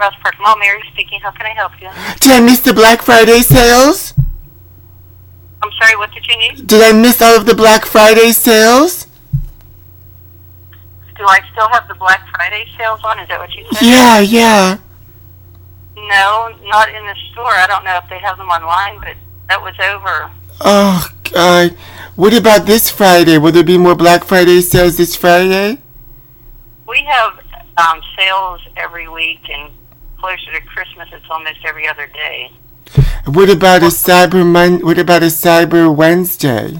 Ross Park Mall. Mary speaking. How can I help you? Did I miss the Black Friday sales? I'm sorry. What did you need? Did I miss all of the Black Friday sales? Do I still have the Black Friday sales on? Is that what you said? Yeah, yeah. No, not in the store. I don't know if they have them online, but that was over. Oh, God. What about this Friday? Will there be more Black Friday sales this Friday? We have um, sales every week, and closer to Christmas, it's almost every other day. What about a Cyber Mon- What about a Cyber Wednesday?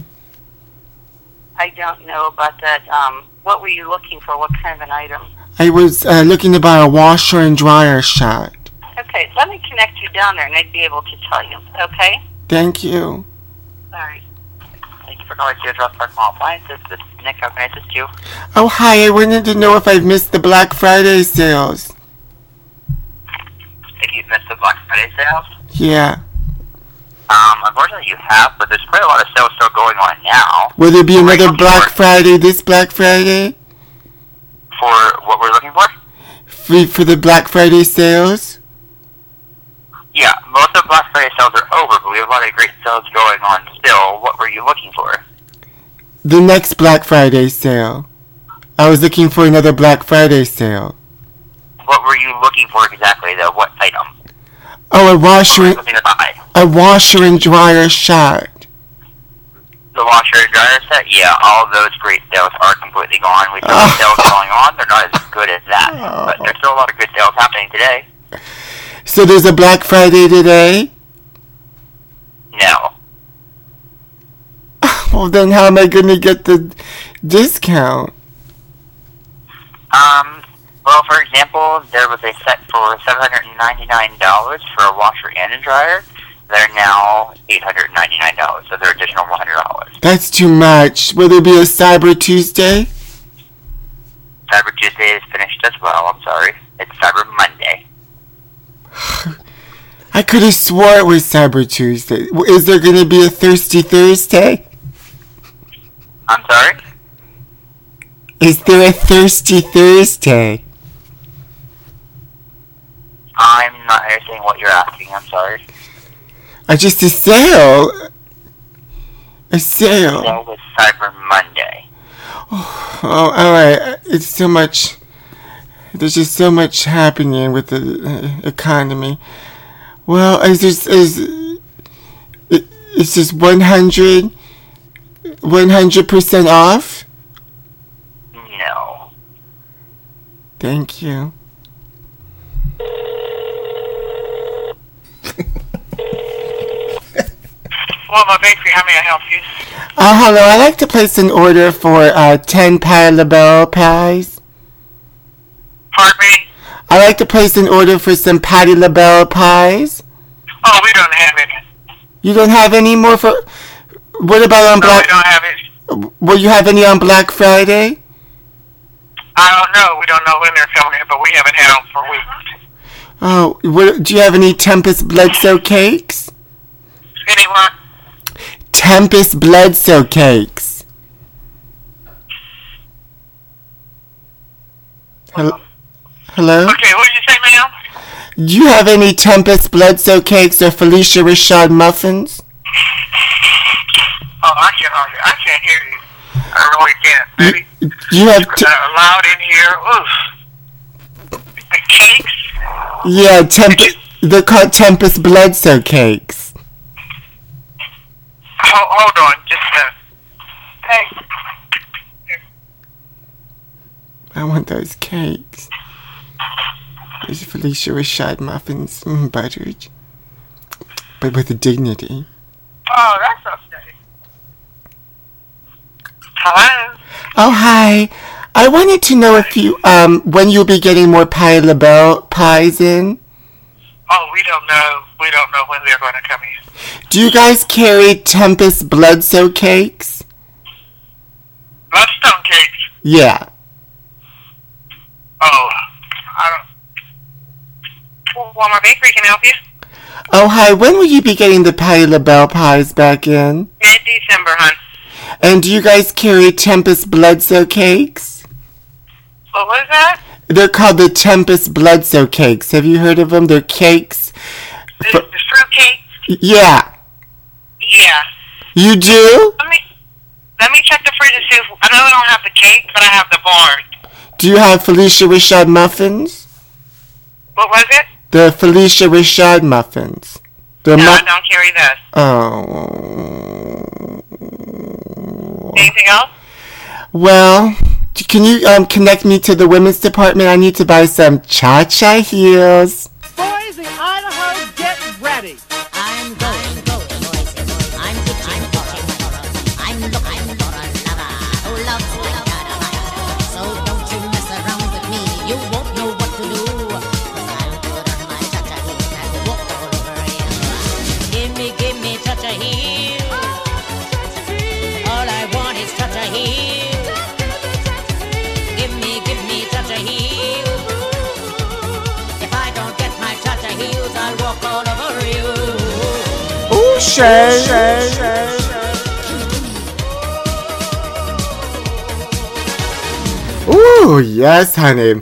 I don't know about that. Um, what were you looking for? What kind of an item? I was uh, looking to buy a washer and dryer shot. Okay, let me connect you down there, and I'd be able to tell you. Okay. Thank you. Sorry. Thank you for calling George Ross Park Mall Appliances. This is Nick. How can I assist you? Oh, hi. I wanted to know if I've missed the Black Friday sales. If you've missed the Black Friday sales, Yeah. um, unfortunately you have, but there's quite a lot of sales still going on now. Will there be another looking Black for- Friday this Black Friday? For what we're looking for? For, for the Black Friday sales? Yeah, most of Black Friday sales are over, but we have a lot of great sales going on still. What were you looking for? The next Black Friday sale. I was looking for another Black Friday sale. What were you looking for exactly, though? What item? Oh, a washer, What were you and- looking to buy? a washer and dryer shot. The washer and dryer set? Yeah, all of those great sales are completely gone. We still have sales going on. They're not as good as that, but there's still a lot of good sales happening today. So there's a Black Friday today. No. Well, then how am I going to get the discount? Um, well, for example, there was a set for $799 for a washer and a dryer. They're now $899, so they're additional $100. That's too much. Will there be a Cyber Tuesday? Cyber Tuesday is finished as well, I'm sorry. It's Cyber Monday. I could have swore it was Cyber Tuesday. W- Is there going to be a Thirsty Thursday? I'm sorry? Is there a Thirsty Thursday? I'm not understanding what you're asking, I'm sorry. Or Uh, just a sale? A sale. That was Cyber Monday. Oh, all right. It's so much. There's just so much happening with the uh, economy. Well, is this is it, it's just 100 percent off? No. Thank you. Well, Bakery, how may I help you? Uh, hello. I'd like to place an order for uh, 10 pie labelle pies. Pardon me? I'd like to place an order for some patty labelle pies. Oh, we don't have it. You don't have any more for. What about on No, we Black? don't have it. Will you have any on Black Friday? I don't know. We don't know when they're coming in, but we haven't had them for weeks. Oh, what, do you have any Tempest Bledsoe cakes? Anyone? Tempest Bledsoe cakes. Hel- Hello? Okay, what did you say, ma'am? Do you have any Tempest Bledsoe cakes or Felicia Rashad muffins? Oh, I can't hardly, I can't hear you. I really can't. Maybe Do you have t- uh, loud in here. Oof. The cakes? yeah Tempest. They're called Tempest Bledsoe cakes. Hold, hold on, just a Hey. I want those cakes. Those Felicia Rashad muffins, mm, buttered, but with dignity. Oh, that's okay. Hello? Oh hi. I wanted to know if you um when you'll be getting more pie labelle pies in. Oh, we don't know. We don't know when they're going to come in. Do you guys carry Tempest Bledsoe cakes? Bloodstone cakes. Yeah. Oh, I don't. Walmart Bakery can help you. Oh hi, when will you be getting the Patty LaBelle pies back in? Mid December, hon. And do you guys carry Tempest Bledsoe cakes? What was that? They're called the Tempest Blood Bloodso cakes. Have you heard of them? They're cakes. The, the fruitcake? Yeah. Yeah. You do? Let me let me check the fridge and see if I know I don't have the cake, but I have the barn. Do you have Felicia Rashad muffins? What was it? The Felicia Rashad muffins. The No, I muff- don't carry this. Oh. Anything else? Well, t- can you um, connect me to the women's department? I need to buy some cha cha heels. Boys in Idaho, get ready. I'm going, going, boys. I'm itching for a lover. I'm looking for a lover who loves my dynamite. So don't you mess around with me. You won't know what to do. 'Cause I'll put on my cha-cha heels and walk all over you. Gimme, gimme cha-cha heels. All I want is cha-cha heels. Gimme, gimme cha-cha heels. If I don't get my cha-cha heels, I'll walk all over you. Ooh, Shay. Ooh, yes, honey.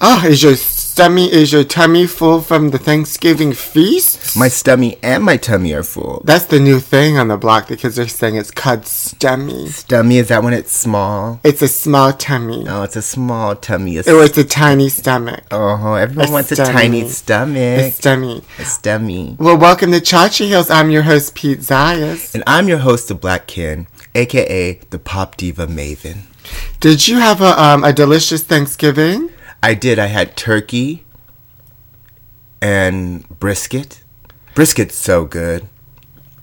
Ah, is your stomach, is your tummy full from the Thanksgiving feast? My stummy and my tummy are full. That's the new thing on the block. The kids are saying it's called stummy. Stummy, is that when it's small? It's a small tummy. No, it's a small tummy. It's, It was a tiny stomach. oh, everyone a wants a stummy. tiny A stomach. stummy. a stummy. Well, welcome to Chachi Hills. I'm your host, Pete Zayas. And I'm your host, the Black Ken, aka the Pop Diva Maven. Did you have a, um, a delicious Thanksgiving? I did. I had turkey and brisket. Brisket's so good.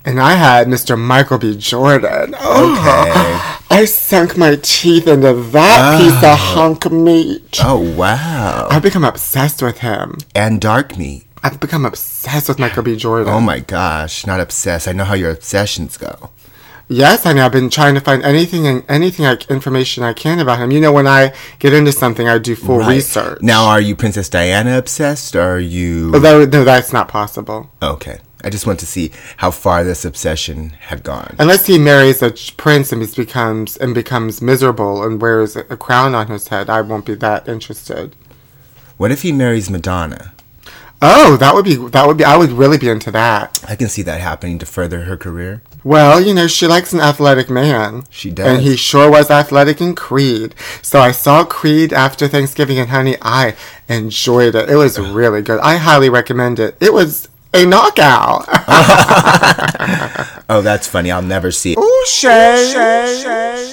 And I had Mr. Michael B. Jordan. Oh, I sunk my teeth into Ah. that piece of hunk of meat. Oh, wow. I've become obsessed with him. And dark meat. I've become obsessed with Michael B. Jordan. Oh my gosh, not obsessed. I know how your obsessions go. Yes, honey. I've been trying to find anything and anything like information I can about him. You know, when I get into something, I do full Right. research. Now, are you Princess Diana obsessed? Or are you. although no, that's not possible Okay. I just want to see how far this obsession had gone. unless he marries a ch- prince and he's becomes and becomes miserable and wears a a crown on his head. I won't be that interested. What if he marries Madonna? Oh, that would be that would be. I would really be into that. I can see that happening to further her career. Well, you know, she likes an athletic man. She does. And he sure was athletic in Creed. So I saw Creed after Thanksgiving, and honey, I enjoyed it. It was really good. I highly recommend it. It was a knockout. Oh, that's funny. I'll never see it. Ooh, Shay.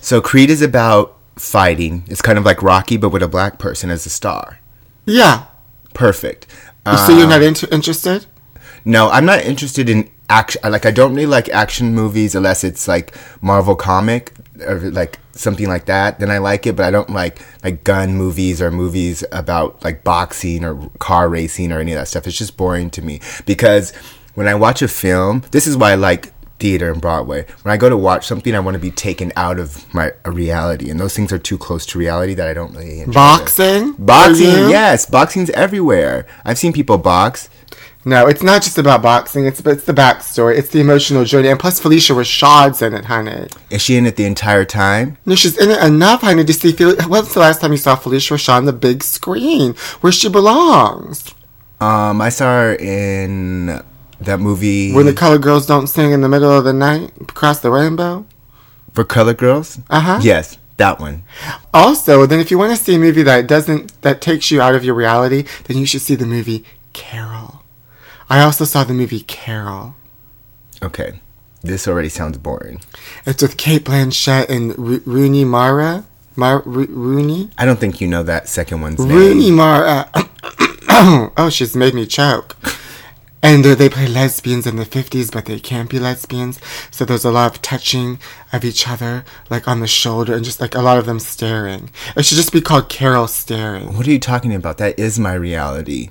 So, Creed is about fighting. It's kind of like Rocky, but with a black person as a star. Yeah. Perfect. Uh, so you're not inter- interested? no, I'm not interested in action. Like, I don't really like action movies unless it's like Marvel comic or like something like that. Then I like it, but I don't like like gun movies or movies about like boxing or car racing or any of that stuff. It's just boring to me because when I watch a film, this is why I like theater and Broadway. When I go to watch something, I want to be taken out of my uh, reality, and those things are too close to reality that I don't really enjoy. Boxing? For Boxing, you? yes, boxing's everywhere. I've seen people box. No, it's not just about boxing. It's it's the backstory. It's the emotional journey. And plus, Felicia Rashad's in it, honey. Is she in it the entire time? No, she's in it enough, honey, to see. Fel- When's the last time you saw Felicia Rashad on the big screen where she belongs? Um, I saw her in that movie When the colored girls don't sing in the middle of the night across the rainbow. for Color Girls. Uh-huh. Yes, that one. Also, then if you want to see a movie that doesn't that takes you out of your reality, then you should see the movie Carol. I also saw the movie Carol. Okay, this already sounds boring. It's with Kate Blanchett and Ro- Rooney Mara. Mar- Ro- Rooney? I don't think you know that second one's Rooney name. Mara. oh, she's made me choke. And uh, they play lesbians in the 50s, but they can't be lesbians. So there's a lot of touching of each other, like on the shoulder, and just like a lot of them staring. It should just be called Carol Staring. What are you talking about? That is my reality.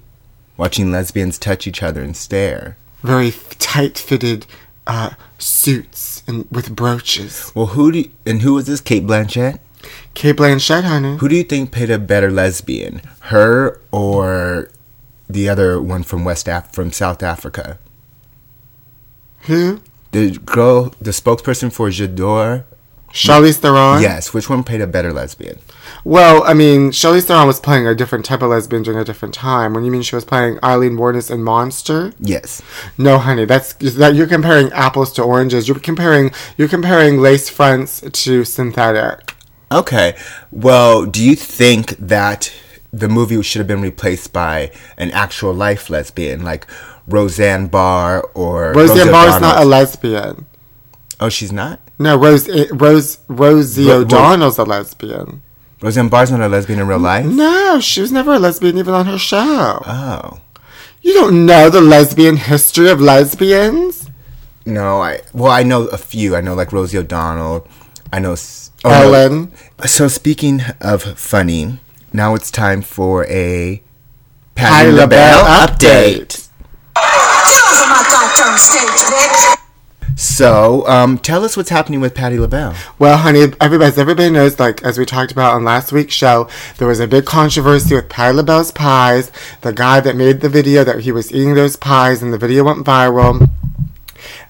Watching lesbians touch each other and stare. Very tight fitted uh, suits and with brooches. Well, who do you, and who was this? Kate Blanchett. Kate Blanchett, honey. Who do you think played a better lesbian, her or the other one from West Af- from South Africa? Who? The girl, the spokesperson for J'adore, Charlize Theron. Yes, which one played a better lesbian? Well, I mean, Charlize Theron was playing a different type of lesbian during a different time. When you mean she was playing Eileen Warnes in Monster? Yes. No, honey, that's that you're comparing apples to oranges. You're comparing you're comparing lace fronts to synthetic. Okay. Well, do you think that the movie should have been replaced by an actual life lesbian, like Roseanne Barr or Roseanne Barr is not a O'Donnell? lesbian. Oh, she's not. No, Rose eh, Rose Rosie Ro- Ro- O'Donnell's a lesbian. Roseanne Barr's not a lesbian in real life. No, she was never a lesbian even on her show. Oh. You don't know the lesbian history of lesbians? No, I well, I know a few. I know like Rosie O'Donnell. I know s- oh, no. Ellen. So speaking of funny, now it's time for a Patti Patty LaBelle LaBelle update. update. So, um, tell us what's happening with Patty LaBelle. Well, honey, everybody, as everybody knows, like as we talked about on last week's show, there was a big controversy with Patti LaBelle's pies. The guy that made the video that he was eating those pies, and the video went viral.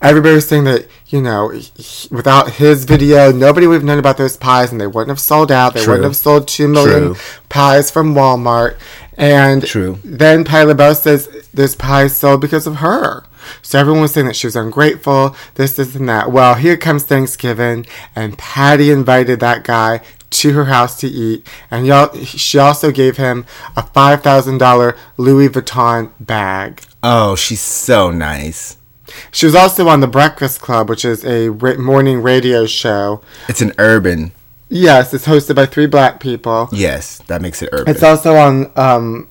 Everybody was saying that you know, he- without his video, nobody would have known about those pies, and they wouldn't have sold out. They True. wouldn't have sold two million True. pies from Walmart. And True. then Patti LaBelle says this pie sold because of her. So everyone was saying that she was ungrateful, this, this, and that. Well, here comes Thanksgiving, and Patty invited that guy to her house to eat, and y'all, she also gave him a five thousand dollar Louis Vuitton bag. Oh, she's so nice. She was also on the Breakfast Club, which is a ra- morning radio show. It's an urban. Yes, it's hosted by three black people. Yes, that makes it urban. It's also on um,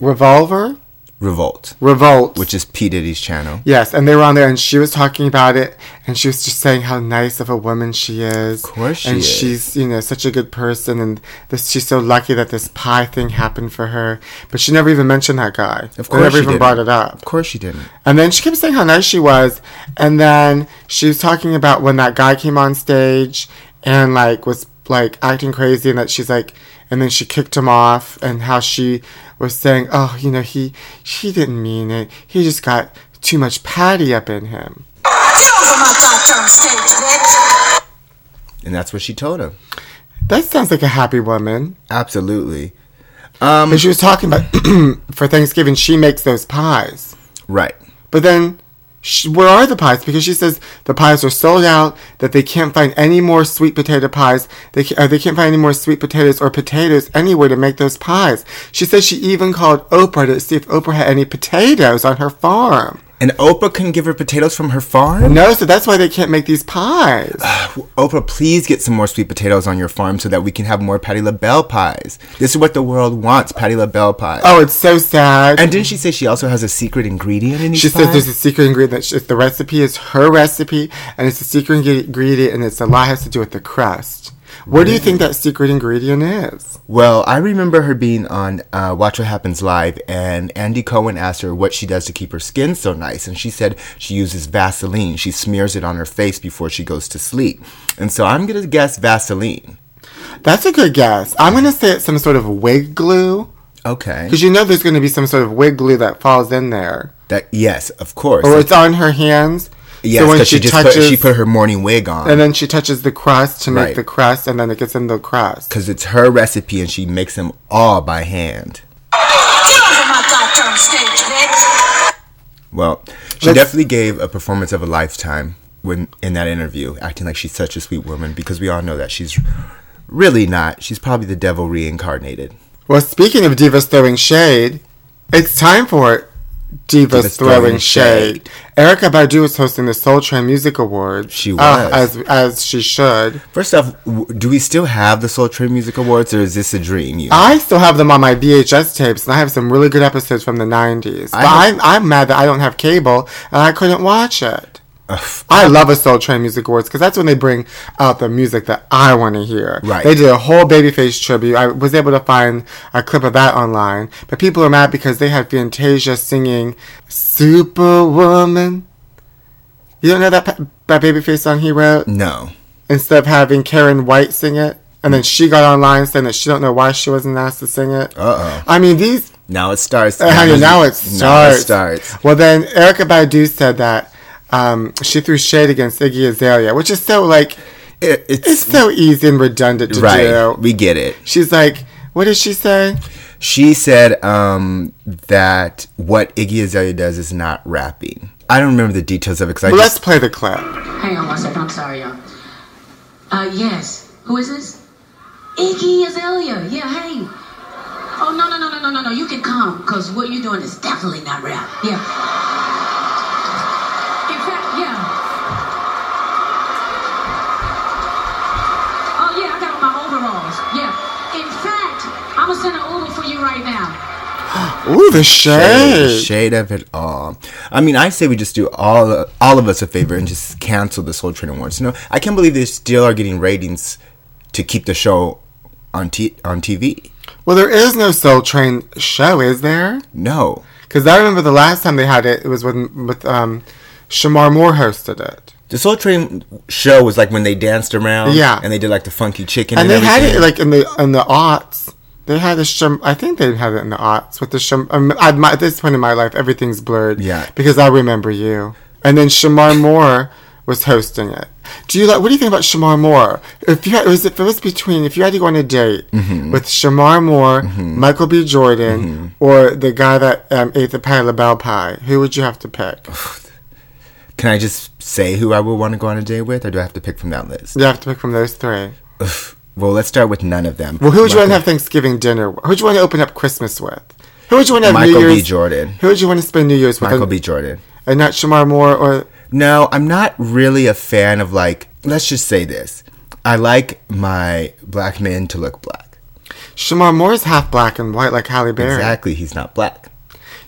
Revolver, Revolt, Revolt, which is P Diddy's channel. Yes, and they were on there, and she was talking about it, and she was just saying how nice of a woman she is. Of course she and is. she's you know such a good person, and this, she's so lucky that this pie thing happened for her. But she never even mentioned that guy. Of They course never she even didn't. brought it up. Of course she didn't. And then she kept saying how nice she was, and then she was talking about when that guy came on stage and like was like acting crazy, and that she's like, and then she kicked him off, and how she was saying, oh, you know, he he didn't mean it, he just got too much patty up in him. And that's what she told him. That sounds like a happy woman. Absolutely. But she was talking about for Thanksgiving she makes those pies. Right. But then, sh where are the pies? Because she says the pies are sold out. That they can't find any more sweet potato pies. They ca- uh, they can't find any more sweet potatoes or potatoes anywhere to make those pies. She says she even called Oprah to see if Oprah had any potatoes on her farm. And Oprah couldn't give her potatoes from her farm? No, so that's why they can't make these pies. Oprah, please get some more sweet potatoes on your farm so that we can have more Patty LaBelle pies. This is what the world wants, Patty LaBelle pies. Oh, it's so sad. And didn't she say she also has a secret ingredient in these She says pies? there's a secret ingredient. That she, the recipe is her recipe, and it's a secret ingre- ingredient, and it's a lot has to do with the crust. What do you Mm-hmm. think that secret ingredient is? Well, I remember her being on uh, Watch What Happens Live, and Andy Cohen asked her what she does to keep her skin so nice, and she said she uses Vaseline. She smears it on her face before she goes to sleep. And so I'm gonna guess Vaseline. That's a good guess. I'm gonna say it's some sort of wig glue, Okay. because you know there's gonna be some sort of wig glue that falls in there, That yes, of course. or Oh, it's on her hands. yes, so when 'cause she, she, just touches, put, she put her morning wig on. and then she touches the crust to make Right. the crust, and then it gets in the crust. because it's her recipe and she makes them all by hand. Well, she Let's- definitely gave a performance of a lifetime when in that interview, acting like she's such a sweet woman because we all know that she's really not. She's probably the devil reincarnated. Well, speaking of divas throwing shade, it's time for divas, Divas throwing, throwing shade. shade. Erica Badu is hosting the Soul Train Music Awards. She Uh, was. as as she should. First off, w- do we still have the Soul Train Music Awards or is this a dream? You I still have them on my VHS tapes, and I have some really good episodes from the '90s. But I I'm, I'm mad that I don't have cable and I couldn't watch it. I love a Soul Train Music Awards because that's when they bring out the music that I want to hear. Right. They did a whole Babyface tribute. I was able to find a clip of that online, but people are mad because they had Fantasia singing "Superwoman." You don't know that pa- that Babyface song he wrote no. instead of having Karen White sing it, and then she got online saying that she don't know why she wasn't asked to sing it. Uh oh. I mean, these Now it starts. uh, honey, now it Now it starts. starts. Well, then Erica Badu said that um, she threw shade against Iggy Azalea, which is so like It, it's, It's so easy and redundant to right. do. We get it. She's like, what did she say? She said um, that what Iggy Azalea does is not rapping. I don't remember the details of it because I Well, just let's play the clip. Hang on one second. I'm sorry, y'all. Uh, yes. Who is this? Iggy Azalea. Yeah, hey. Oh, no, no, no, no, no, no, no. You can come, because what you're doing is definitely not rap. Yeah. In fact, yeah. Oh, yeah, I got my overalls. Yeah. In fact, I'm going to send an Uber for you right now. Ooh, the shade, shade. shade of it all. I mean, I say we just do all all of us a favor and just cancel this whole train of awards. No, I can't believe they still are getting ratings to keep the show on t- on TV. Well, there is no Soul Train show, is there? No, Because I remember the last time they had it, it was when with um, Shamar Moore hosted it, the Soul Train show was like when they danced around, Yeah. and they did like the funky chicken, and they had it everything. like in the in the aughts. They had a shim. I think they had it in the aughts with the shim. Um, at, my, at this point in my life, everything's blurred. Yeah. because I remember you. And then Shamar Moore was hosting it. Do you like? What do you think about Shamar Moore? If you had, it was if it was between if you had to go on a date Mm-hmm. with Shamar Moore, Michael B. Jordan, or the guy that um, ate the pie LaBelle pie, who would you have to pick? Can I just say who I would want to go on a date with, or do I have to pick from that list? You have to pick from those three. Well, let's start with none of them. Well, who would you want to Michael- have Thanksgiving dinner? with? Who would you want to open up Christmas with? Who would you want to have Michael New B. Year's? Jordan. Who would you want to spend New Year's with? Michael and, B. Jordan. and not Shamar Moore or No, I'm not really a fan of like, let's just say this. I like my black men to look black. Shamar Moore's half black and white like Halle Berry. Exactly, he's not black.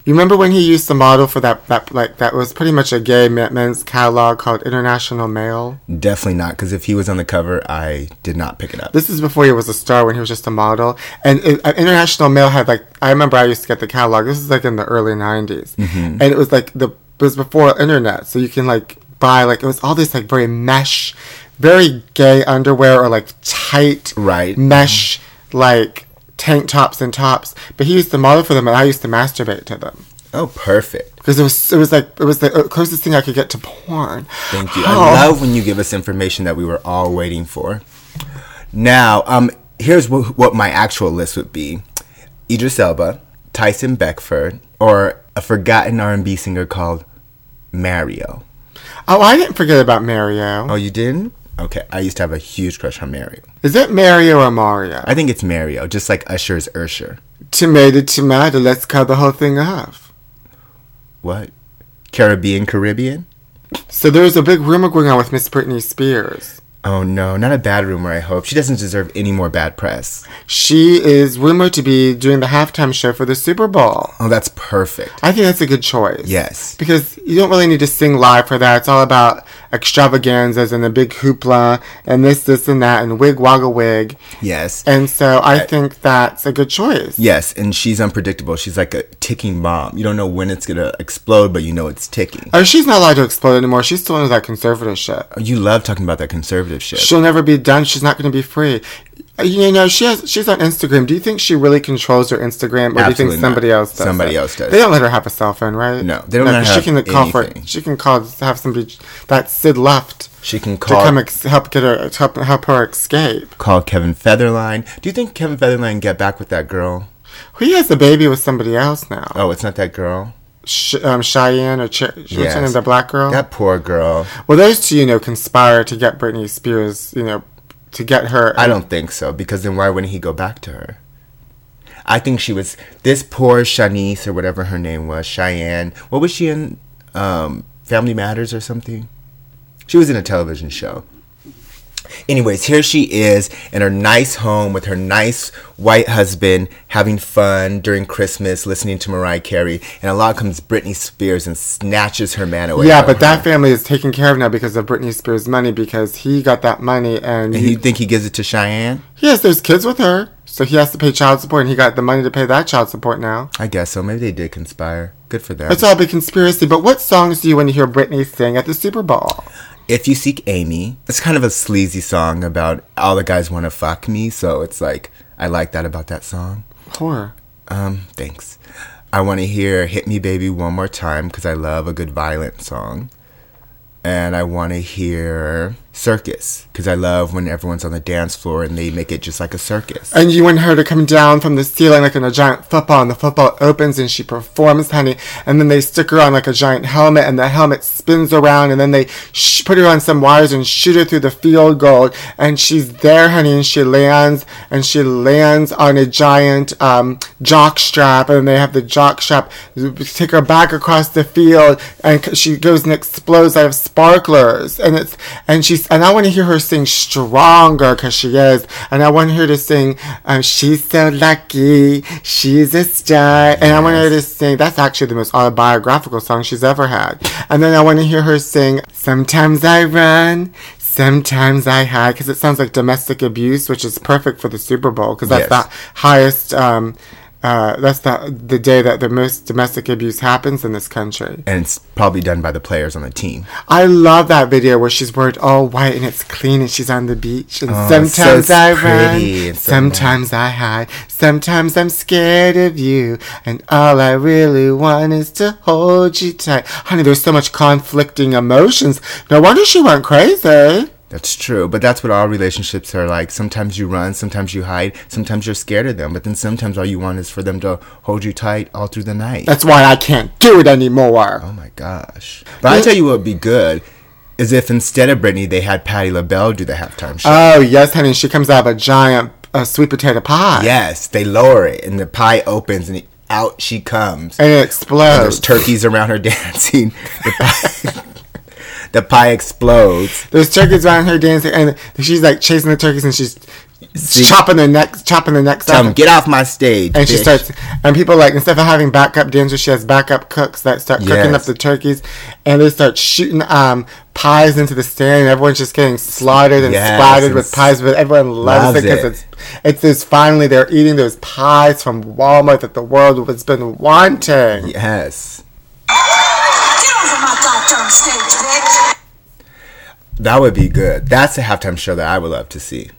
You remember when he used the model for that that like that was pretty much a gay men- men's catalog called International Male. Definitely not, because if he was on the cover, I did not pick it up. This is before he was a star when he was just a model. And it, uh, International Mail had like I remember I used to get the catalog. This is like in the early 90s Mm-hmm. and it was like the it was before internet, so you can like buy like it was all this like very mesh, very gay underwear or like tight Right. mesh like tank tops and tops. But he used to model for them, and I used to masturbate to them. oh, perfect. Because it was, it was like it was the uh, closest thing I could get to porn. Thank you. Oh. I love when you give us information that we were all waiting for. Now, um, here's wh- what my actual list would be: Idris Elba, Tyson Beckford, or a forgotten R&B singer called Mario. Oh, I didn't forget about Mario. Oh, you didn't? Okay, I used to have a huge crush on Mario. Is it Mario or Mario? I think it's Mario, just like Usher's Usher. Tomato, tomato, let's cut the whole thing off. What? Caribbean, Caribbean? So there's a big rumor going on with Miss Britney Spears. Oh no, not a bad rumor, I hope. She doesn't deserve any more bad press. She is rumored to be doing the halftime show for the Super Bowl. Oh, that's perfect. I think that's a good choice. Yes. Because you don't really need to sing live for that. It's all about extravaganzas and the big hoopla and this, this, and that, and wig, wagga, wig. Yes. And so I think that's a good choice. Yes, and she's unpredictable. She's like a ticking bomb. You don't know when it's gonna explode, but you know it's ticking. Oh, she's not allowed to explode anymore. She's still under that conservative shit. You love talking about that conservative shit. She'll never be done. She's not going to be free. Uh, You know, she has. She's on Instagram. Do you think she really controls her Instagram, or do you Absolutely think not. somebody else does? Somebody it? else does. They don't let her have a cell phone, right? No, they don't let her 'cause she have can call anything. for. She can call have somebody that Sid left She can to come call ex- help get her help, help her escape. call Kevin Featherline. Do you think Kevin Featherline can get back with that girl? He has a baby with somebody else now. Oh, it's not that girl. Sh- um, Cheyenne or Ch- what's her Yes. name, the black girl. That poor girl. Well, those two, you know, conspire to get Britney Spears. You know, to get her. I don't think so, because then why wouldn't he go back to her? I think she was this poor Shanice or whatever her name was, Cheyenne. What was she in? Um, Family Matters or something? She was in a television show. Anyways, here she is in her nice home with her nice white husband, having fun during Christmas, listening to Mariah Carey, and along comes Britney Spears and snatches her man away. Yeah, from but her. that family is taken care of now because of Britney Spears' money because he got that money and, And he, you think he gives it to Cheyenne? he has those kids with her. So he has to pay child support and he got the money to pay that child support now. I guess so. Maybe they did conspire. Good for them. It's all a big conspiracy, but what songs do you want to hear Britney sing at the Super Bowl? If You Seek Amy, it's kind of a sleazy song about all the guys want to fuck me, so it's like, I like that about that song. Horror. Um, thanks. I want to hear Hit Me Baby One More Time because I love a good violent song. And I want to hear circus because I love when everyone's on the dance floor and they make it just like a circus. And you want her to come down from the ceiling like in a giant football, and the football opens and she performs, honey. And then they stick her on like a giant helmet, and the helmet spins around, and then they sh- put her on some wires and shoot her through the field goal. And she's there, honey, and she lands, and she lands on a giant um, jock strap, and they have the jock strap take her back across the field, and c- she goes and explodes out of sparklers. And it's and she's and I want to hear her sing stronger because she is, and I want her to sing. Um, she's so lucky, she's a star, and I want her to sing. That's actually the most autobiographical song she's ever had. And then I want to hear her sing. Sometimes I run. Sometimes I hide because it sounds like domestic abuse, which is perfect for the Super Bowl because that's Yes. that highest. Um, uh, that's the the day that the most domestic abuse happens in this country. And it's probably done by the players on the team. I love that video where she's oh, wearing all white and it's clean and she's on the beach. And Oh, it's so sometimes I pretty run, and so sometimes I hide, sometimes I'm scared of you, and all I really want is to hold you tight. Honey, there's so much conflicting emotions. No wonder she went crazy. That's true, but that's what all relationships are like. Sometimes you run, sometimes you hide, sometimes you're scared of them, but then sometimes all you want is for them to hold you tight all through the night. That's why I can't do it anymore. Oh my gosh. But I tell you what would be good is if instead of Britney, they had Patti LaBelle do the halftime show. Oh yes, honey, she comes out of a giant uh, sweet potato pie. yes, they lower it and the pie opens and out she comes. and it And there's explodes. turkeys around her dancing. The pie, the pie explodes. There's turkeys around her dancing, and she's like chasing the turkeys, and she's See? chopping their necks, chopping their necks Tell 'em, off. get off my stage. and she bitch." starts, and people like instead of having backup dancers, she has backup cooks that start cooking Yes. up the turkeys, and they start shooting um pies into the stand, and everyone's just getting slaughtered and Yes, splattered and with pies, but everyone loves, loves it because it. it's it's this finally they're eating those pies from Walmart that the world has been wanting. Yes. Get over my goddamn stage, bitch. That would be good. That's a halftime show that I would love to see.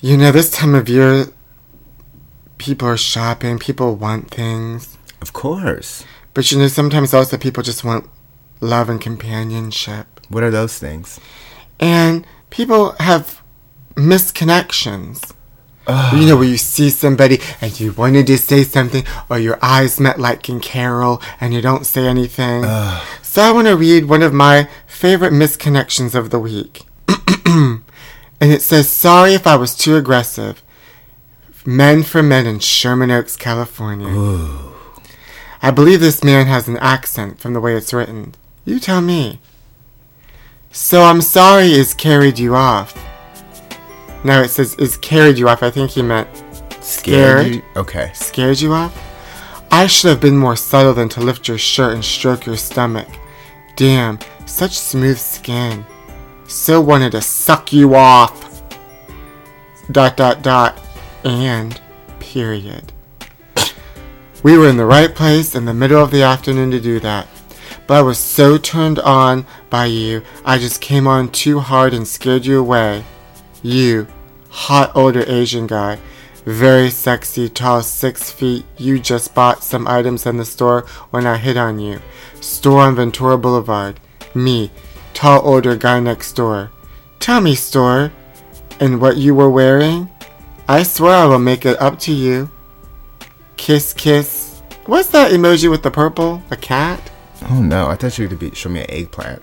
You know, this time of year, people are shopping, people want things. Of course. But you know, sometimes also people just want love and companionship. What are those things? And people have misconnections. You know, where you see somebody and you wanted to say something, or your eyes met like in Carol and you don't say anything. So I want to read one of my favorite misconnections of the week. and it says, Sorry if I was too aggressive. Men for Men in Sherman Oaks, California. I believe this man has an accent from the way it's written. You tell me. So I'm sorry is carried you off. No, it says is carried you off. I think he meant Scared. you- Okay. scared you off. I should have been more subtle than to lift your shirt and stroke your stomach. Damn, such smooth skin. So wanted to suck you off. Dot dot dot. And period. We were in the right place in the middle of the afternoon to do that. But I was so turned on by you, I just came on too hard and scared you away. You, hot older Asian guy, very sexy, tall, six feet, you just bought some items in the store when I hit on you. Store on Ventura Boulevard. Me, tall older guy next door. Tell me, store, and what you were wearing? I swear I will make it up to you. Kiss, kiss. What's that emoji with the purple? A cat? Oh no, I thought you were gonna be show me an eggplant.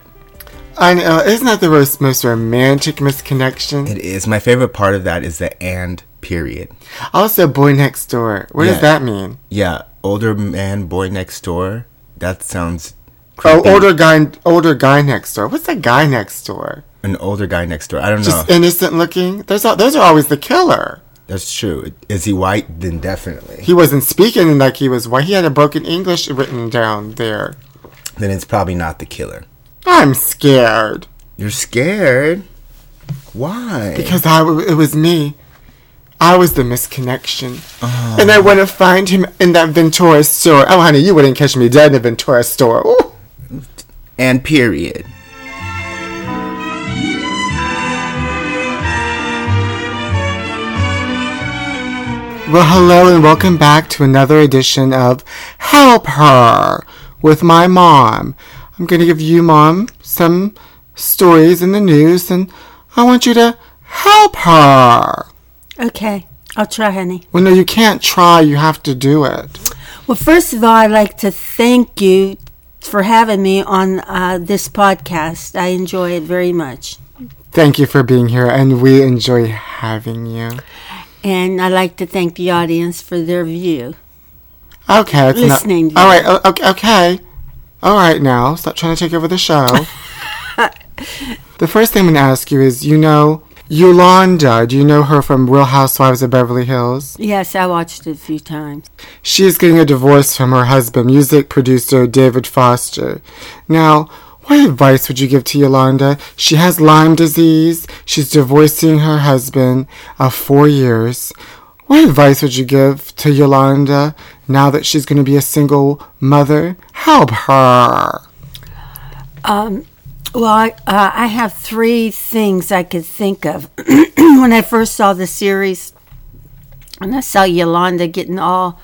I know, isn't that the most, most romantic misconnection? It is. My favorite part of that is the and period. Also, boy next door. What does Yeah. that mean? Yeah, older man, boy next door. That sounds. Oh, creepy. older guy, older guy next door. What's that guy next door? An older guy next door. I don't know. Just innocent looking. Those are those are always the killer. That's true. Is he white? Then definitely. He wasn't speaking like he was white. He had a broken English written down there. Then it's probably not the killer. I'm scared You're scared. Why? because I w- it was me. I was the misconnection, and I want to find him in that Ventura store. Oh, honey, you wouldn't catch me dead in a Ventura store. Ooh. and period. Well, hello, and welcome back to another edition of Help Her with my mom. I'm going to give you, mom, some stories in the news, and I want you to help her. Okay, I'll try, honey. Well, no, you can't try. You have to do it. Well, first of all, I'd like to thank you for having me on uh, this podcast. I enjoy it very much. Thank you for being here, and we enjoy having you. And I'd like to thank the audience for their view. Okay, it's not- Listening to all you. right, o- okay, okay, all right. Now stop trying to take over the show. the first thing I'm going to ask you is, you know, Yolanda. Do you know her from Real Housewives of Beverly Hills? Yes, I watched it a few times. She is getting a divorce from her husband, music producer David Foster. Now, what advice would you give to Yolanda? She has Lyme disease. She's divorcing her husband of four years. What advice would you give to Yolanda now that she's going to be a single mother? Help her. Um, Well, I, uh, I have three things I could think of when I first saw the series, and I saw Yolanda getting all.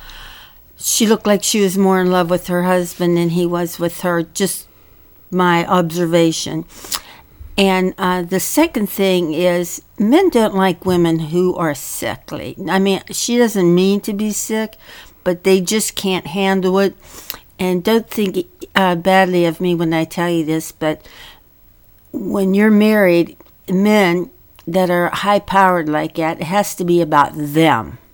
She looked like she was more in love with her husband than he was with her. Just my observation. And uh, the second thing is, men don't like women who are sickly. I mean, she doesn't mean to be sick, but they just can't handle it. And don't think uh, badly of me when I tell you this, but when you're married, men that are high powered like that, it has to be about them.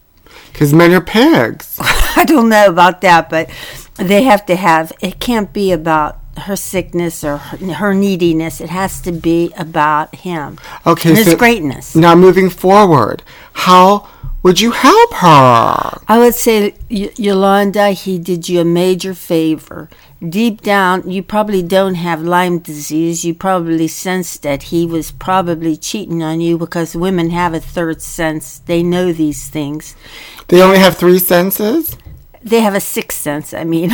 Because men are pigs. I don't know about that, but they have to have. It can't be about her sickness or her, her neediness. It has to be about him. Okay, and his so- greatness. Now, moving forward, how would you help her? I would say, Y- Yolanda, he did you a major favor. Deep down, you probably don't have Lyme disease. You probably sensed that he was probably cheating on you because women have a third sense. They know these things. They only have three senses? they have a sixth sense. I mean,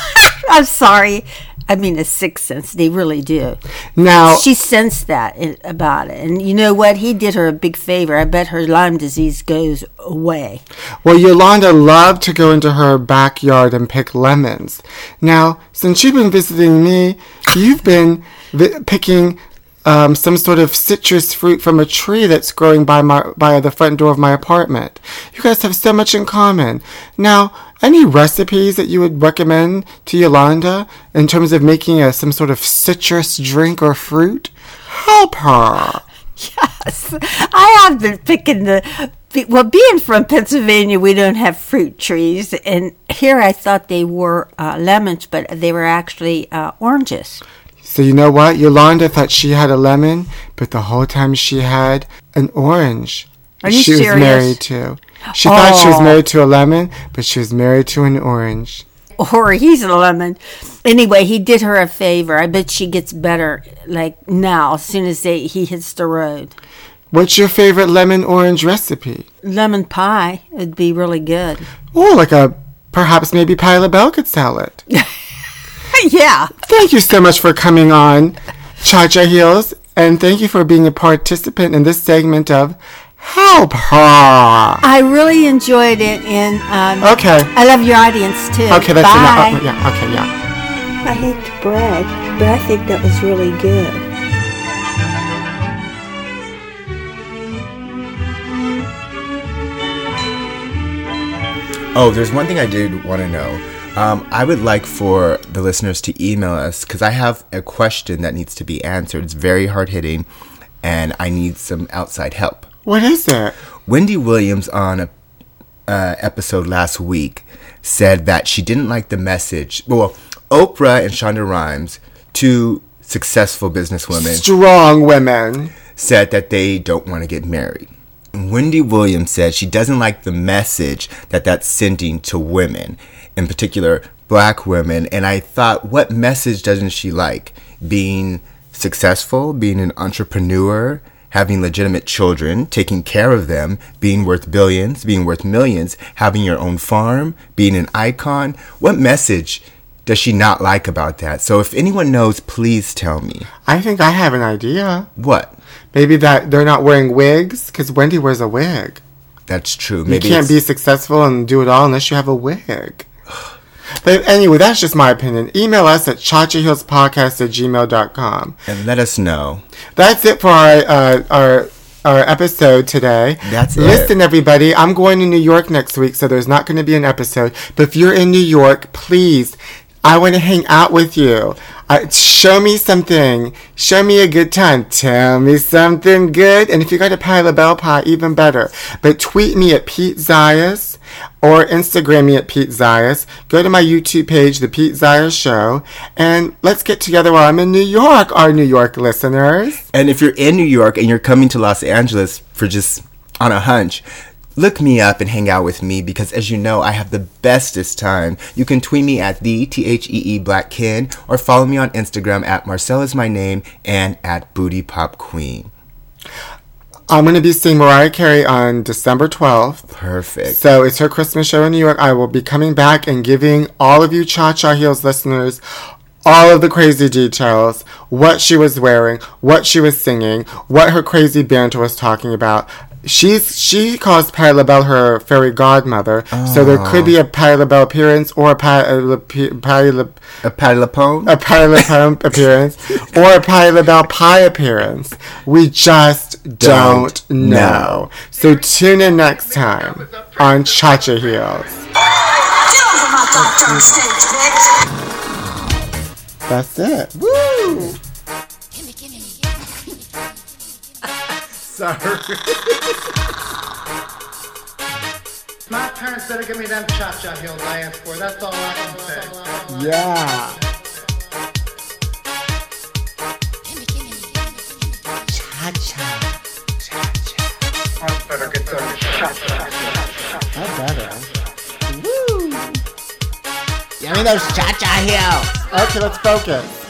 I'm sorry. I mean, a sixth sense. They really do. Now, She sensed that i about it. And you know what? He did her a big favor. I bet her Lyme disease goes away. Well, Yolanda loved to go into her backyard and pick lemons. Now, since you've been visiting me, you've been vi- picking um, some sort of citrus fruit from a tree that's growing by my by the front door of my apartment. You guys have so much in common. Now, any recipes that you would recommend to Yolanda in terms of making a, some sort of citrus drink or fruit? Help her. Yes. I have been picking the. Well, being from Pennsylvania, we don't have fruit trees. And here I thought they were uh, lemons, but they were actually uh, oranges. So you know what? Yolanda thought she had a lemon, but the whole time she had an orange. Are you she serious? was married to. She thought she was Oh. married to a lemon, but she was married to an orange. or he's a lemon. Anyway, he did her a favor. I bet she gets better like now as soon as they, he hits the road. What's your favorite lemon orange recipe? Lemon pie would be really good. Oh, like a perhaps maybe Pie LaBelle could sell it. yeah. Thank you so much for coming on Cha Cha Heels, and thank you for being a participant in this segment of Help Her. I really enjoyed it and um, Okay. I love your audience too. Okay, that's Bye. enough. Oh, yeah, okay, yeah. I hate to brag, but I think that was really good. Oh, there's one thing I did want to know. Um, I would like for the listeners to email us because I have a question that needs to be answered. It's very hard hitting, and I need some outside help. What is it? Wendy Williams on a uh, episode last week said that she didn't like the message. Well, Oprah and Shonda Rhimes, two successful businesswomen, Strong women. said that they don't want to get married. Wendy Williams said she doesn't like the message that that's sending to women, in particular black women. And I thought, what message doesn't she like? Being successful, being an entrepreneur, having legitimate children, taking care of them, being worth billions, being worth millions, having your own farm, being an icon. What message does she not like about that? So if anyone knows, please tell me. I think I have an idea. What? Maybe that they're not wearing wigs because Wendy wears a wig. That's true. You Maybe can't it's- be successful and do it all unless you have a wig. But anyway, that's just my opinion. Email us at chachahillspodcast at gmail.com. And let us know. That's it for our, uh, our, our episode today. That's it. Listen, everybody, I'm going to New York next week, so there's not going to be an episode. But if you're in New York, please, I want to hang out with you. Uh, show me something. Show me a good time. Tell me something good. And if you got a pie LaBelle pie, even better. But tweet me at Pete Zayas or Instagram me at Pete Zayas. Go to my YouTube page, The Pete Zayas Show, and let's get together while I'm in New York, our New York listeners. And if you're in New York and you're coming to Los Angeles for just on a hunch, look me up and hang out with me because as you know, I have the bestest time. You can tweet me at the T H E E Black Kin or follow me on Instagram at Marcel is my name and at Booty Pop Queen. I'm going to be seeing Mariah Carey on December 12th. Perfect. So it's her Christmas show in New York. I will be coming back and giving all of you Cha Cha Heels listeners all of the crazy details what she was wearing, what she was singing, what her crazy banter was talking about. She's she calls Patti LaBelle her fairy godmother, so there could be a Patti LaBelle appearance or a Patti La, Patti La, a Patty Lapone? a Patti LaBelle appearance or a Patti LaBelle pie appearance. We just don't, Don't know. So tune in next time on Cha Cha Heels. Get over my goddamn stage, bitch. That's it. Woo! Sorry. My parents better give me them cha-cha heels I asked for. That's all I can say. Yeah. I better get those shots. That better. Give me those cha-cha heels. Okay, let's focus.